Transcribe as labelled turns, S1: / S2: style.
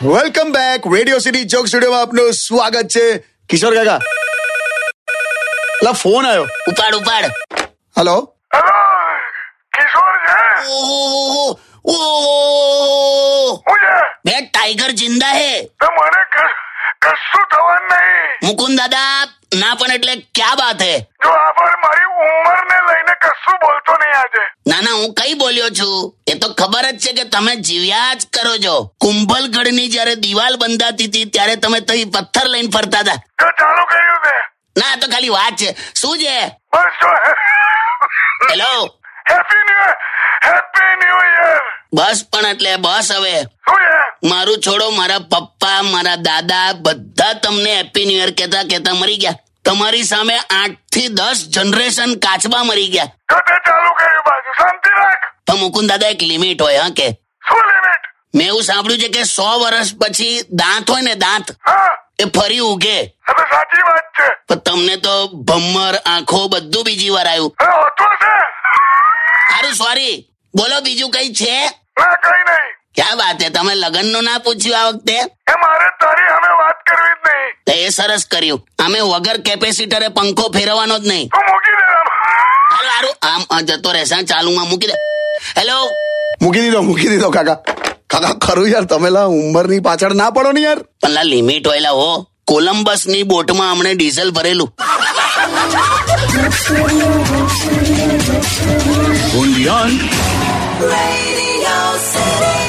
S1: Welcome back radio city joke studio માં આપનું સ્વાગત છે કિશોર કાકા લા ફોન આવ્યો
S2: ઉપાડ ઉપાડ
S1: હેલો
S3: કિશોર છે
S2: ઓહો ઓહો
S3: હું છે
S2: બે ટાઈગર જિંદા હે
S3: તો મને કશ- કશું થવાનું નહીં
S2: મુકુંદ દાદા ના પણ એટલે ક્યા બાત હે
S3: જો આ પર મારી ઉંમરને લઈને કશું બોલતો નહીં આજે
S2: ના ના હું કઈ બોલ્યો છું એ તો ખબર જ છે કે તમે જીવ્યા જ કરો છો કુંભલગઢની જ્યારે દિવાલ બંધાતી હતી ત્યારે તમે તઈ પથ્થર લઈને ફરતા હતા
S3: જો ચાલુ કર્યું તે
S2: ના આ તો ખાલી વાત છે શું છે
S3: બસ જો
S2: hello
S3: happy new happy new year
S2: બસ પણ એટલે બસ હવે
S3: શું છે
S2: મારું છોડો મારા પપ્પા મારા દાદા બધા તમને હેપી ન્યુ યર કહેતા કહેતા મરી ગયા તમારી સામે આઠ થી દસ જનરેશન કાચબા મરી ગયા
S3: જો તે ચાલુ કર્યું બાજુ શાંતિ રાખ
S2: પણ મુકુંદ દાદા એક લિમિટ હોય હા કે
S3: શું લિમિટ
S2: મેં એવું સાંભળ્યું છે કે સો વર્ષ પછી દાંત હોય ને દાંત
S3: હા
S2: એ ફરી ઉગે
S3: આ તો સાચી વાત છે
S2: પણ તમને તો ભમ્મર આંખો બધું બીજી વાર આવ્યું
S3: હવે હોતું હશે
S2: સારું સોરી બોલો બીજું કઈ છે
S3: ના કઈ નહીં
S2: ક્યાં વાત છે તમે લગ્નનું ના પૂછ્યું આ વખતે
S3: એ મારે તારી હવે વાત કરવી જ નહીં
S2: તો એ સરસ કર્યું અમે વગર કેપેસિટરે પંખો ફેરવવાનો જ નહીં
S3: તું મૂકી દે આમ.
S2: હારું હારું આમ આ જતો રહેશે હા, ચાલુમાં મૂકી દે હેલો
S1: મૂકી દીધો મૂકી દીધો કાકા કાકા ખરું યાર તમે લા ઉંમરની પાછળ ના પડો ને યાર
S2: પલ્લા લિમિટ હોયલા હો કોલમ્બસ ની બોટમાં હમણે ડીઝલ ભરેલું
S4: Radio City.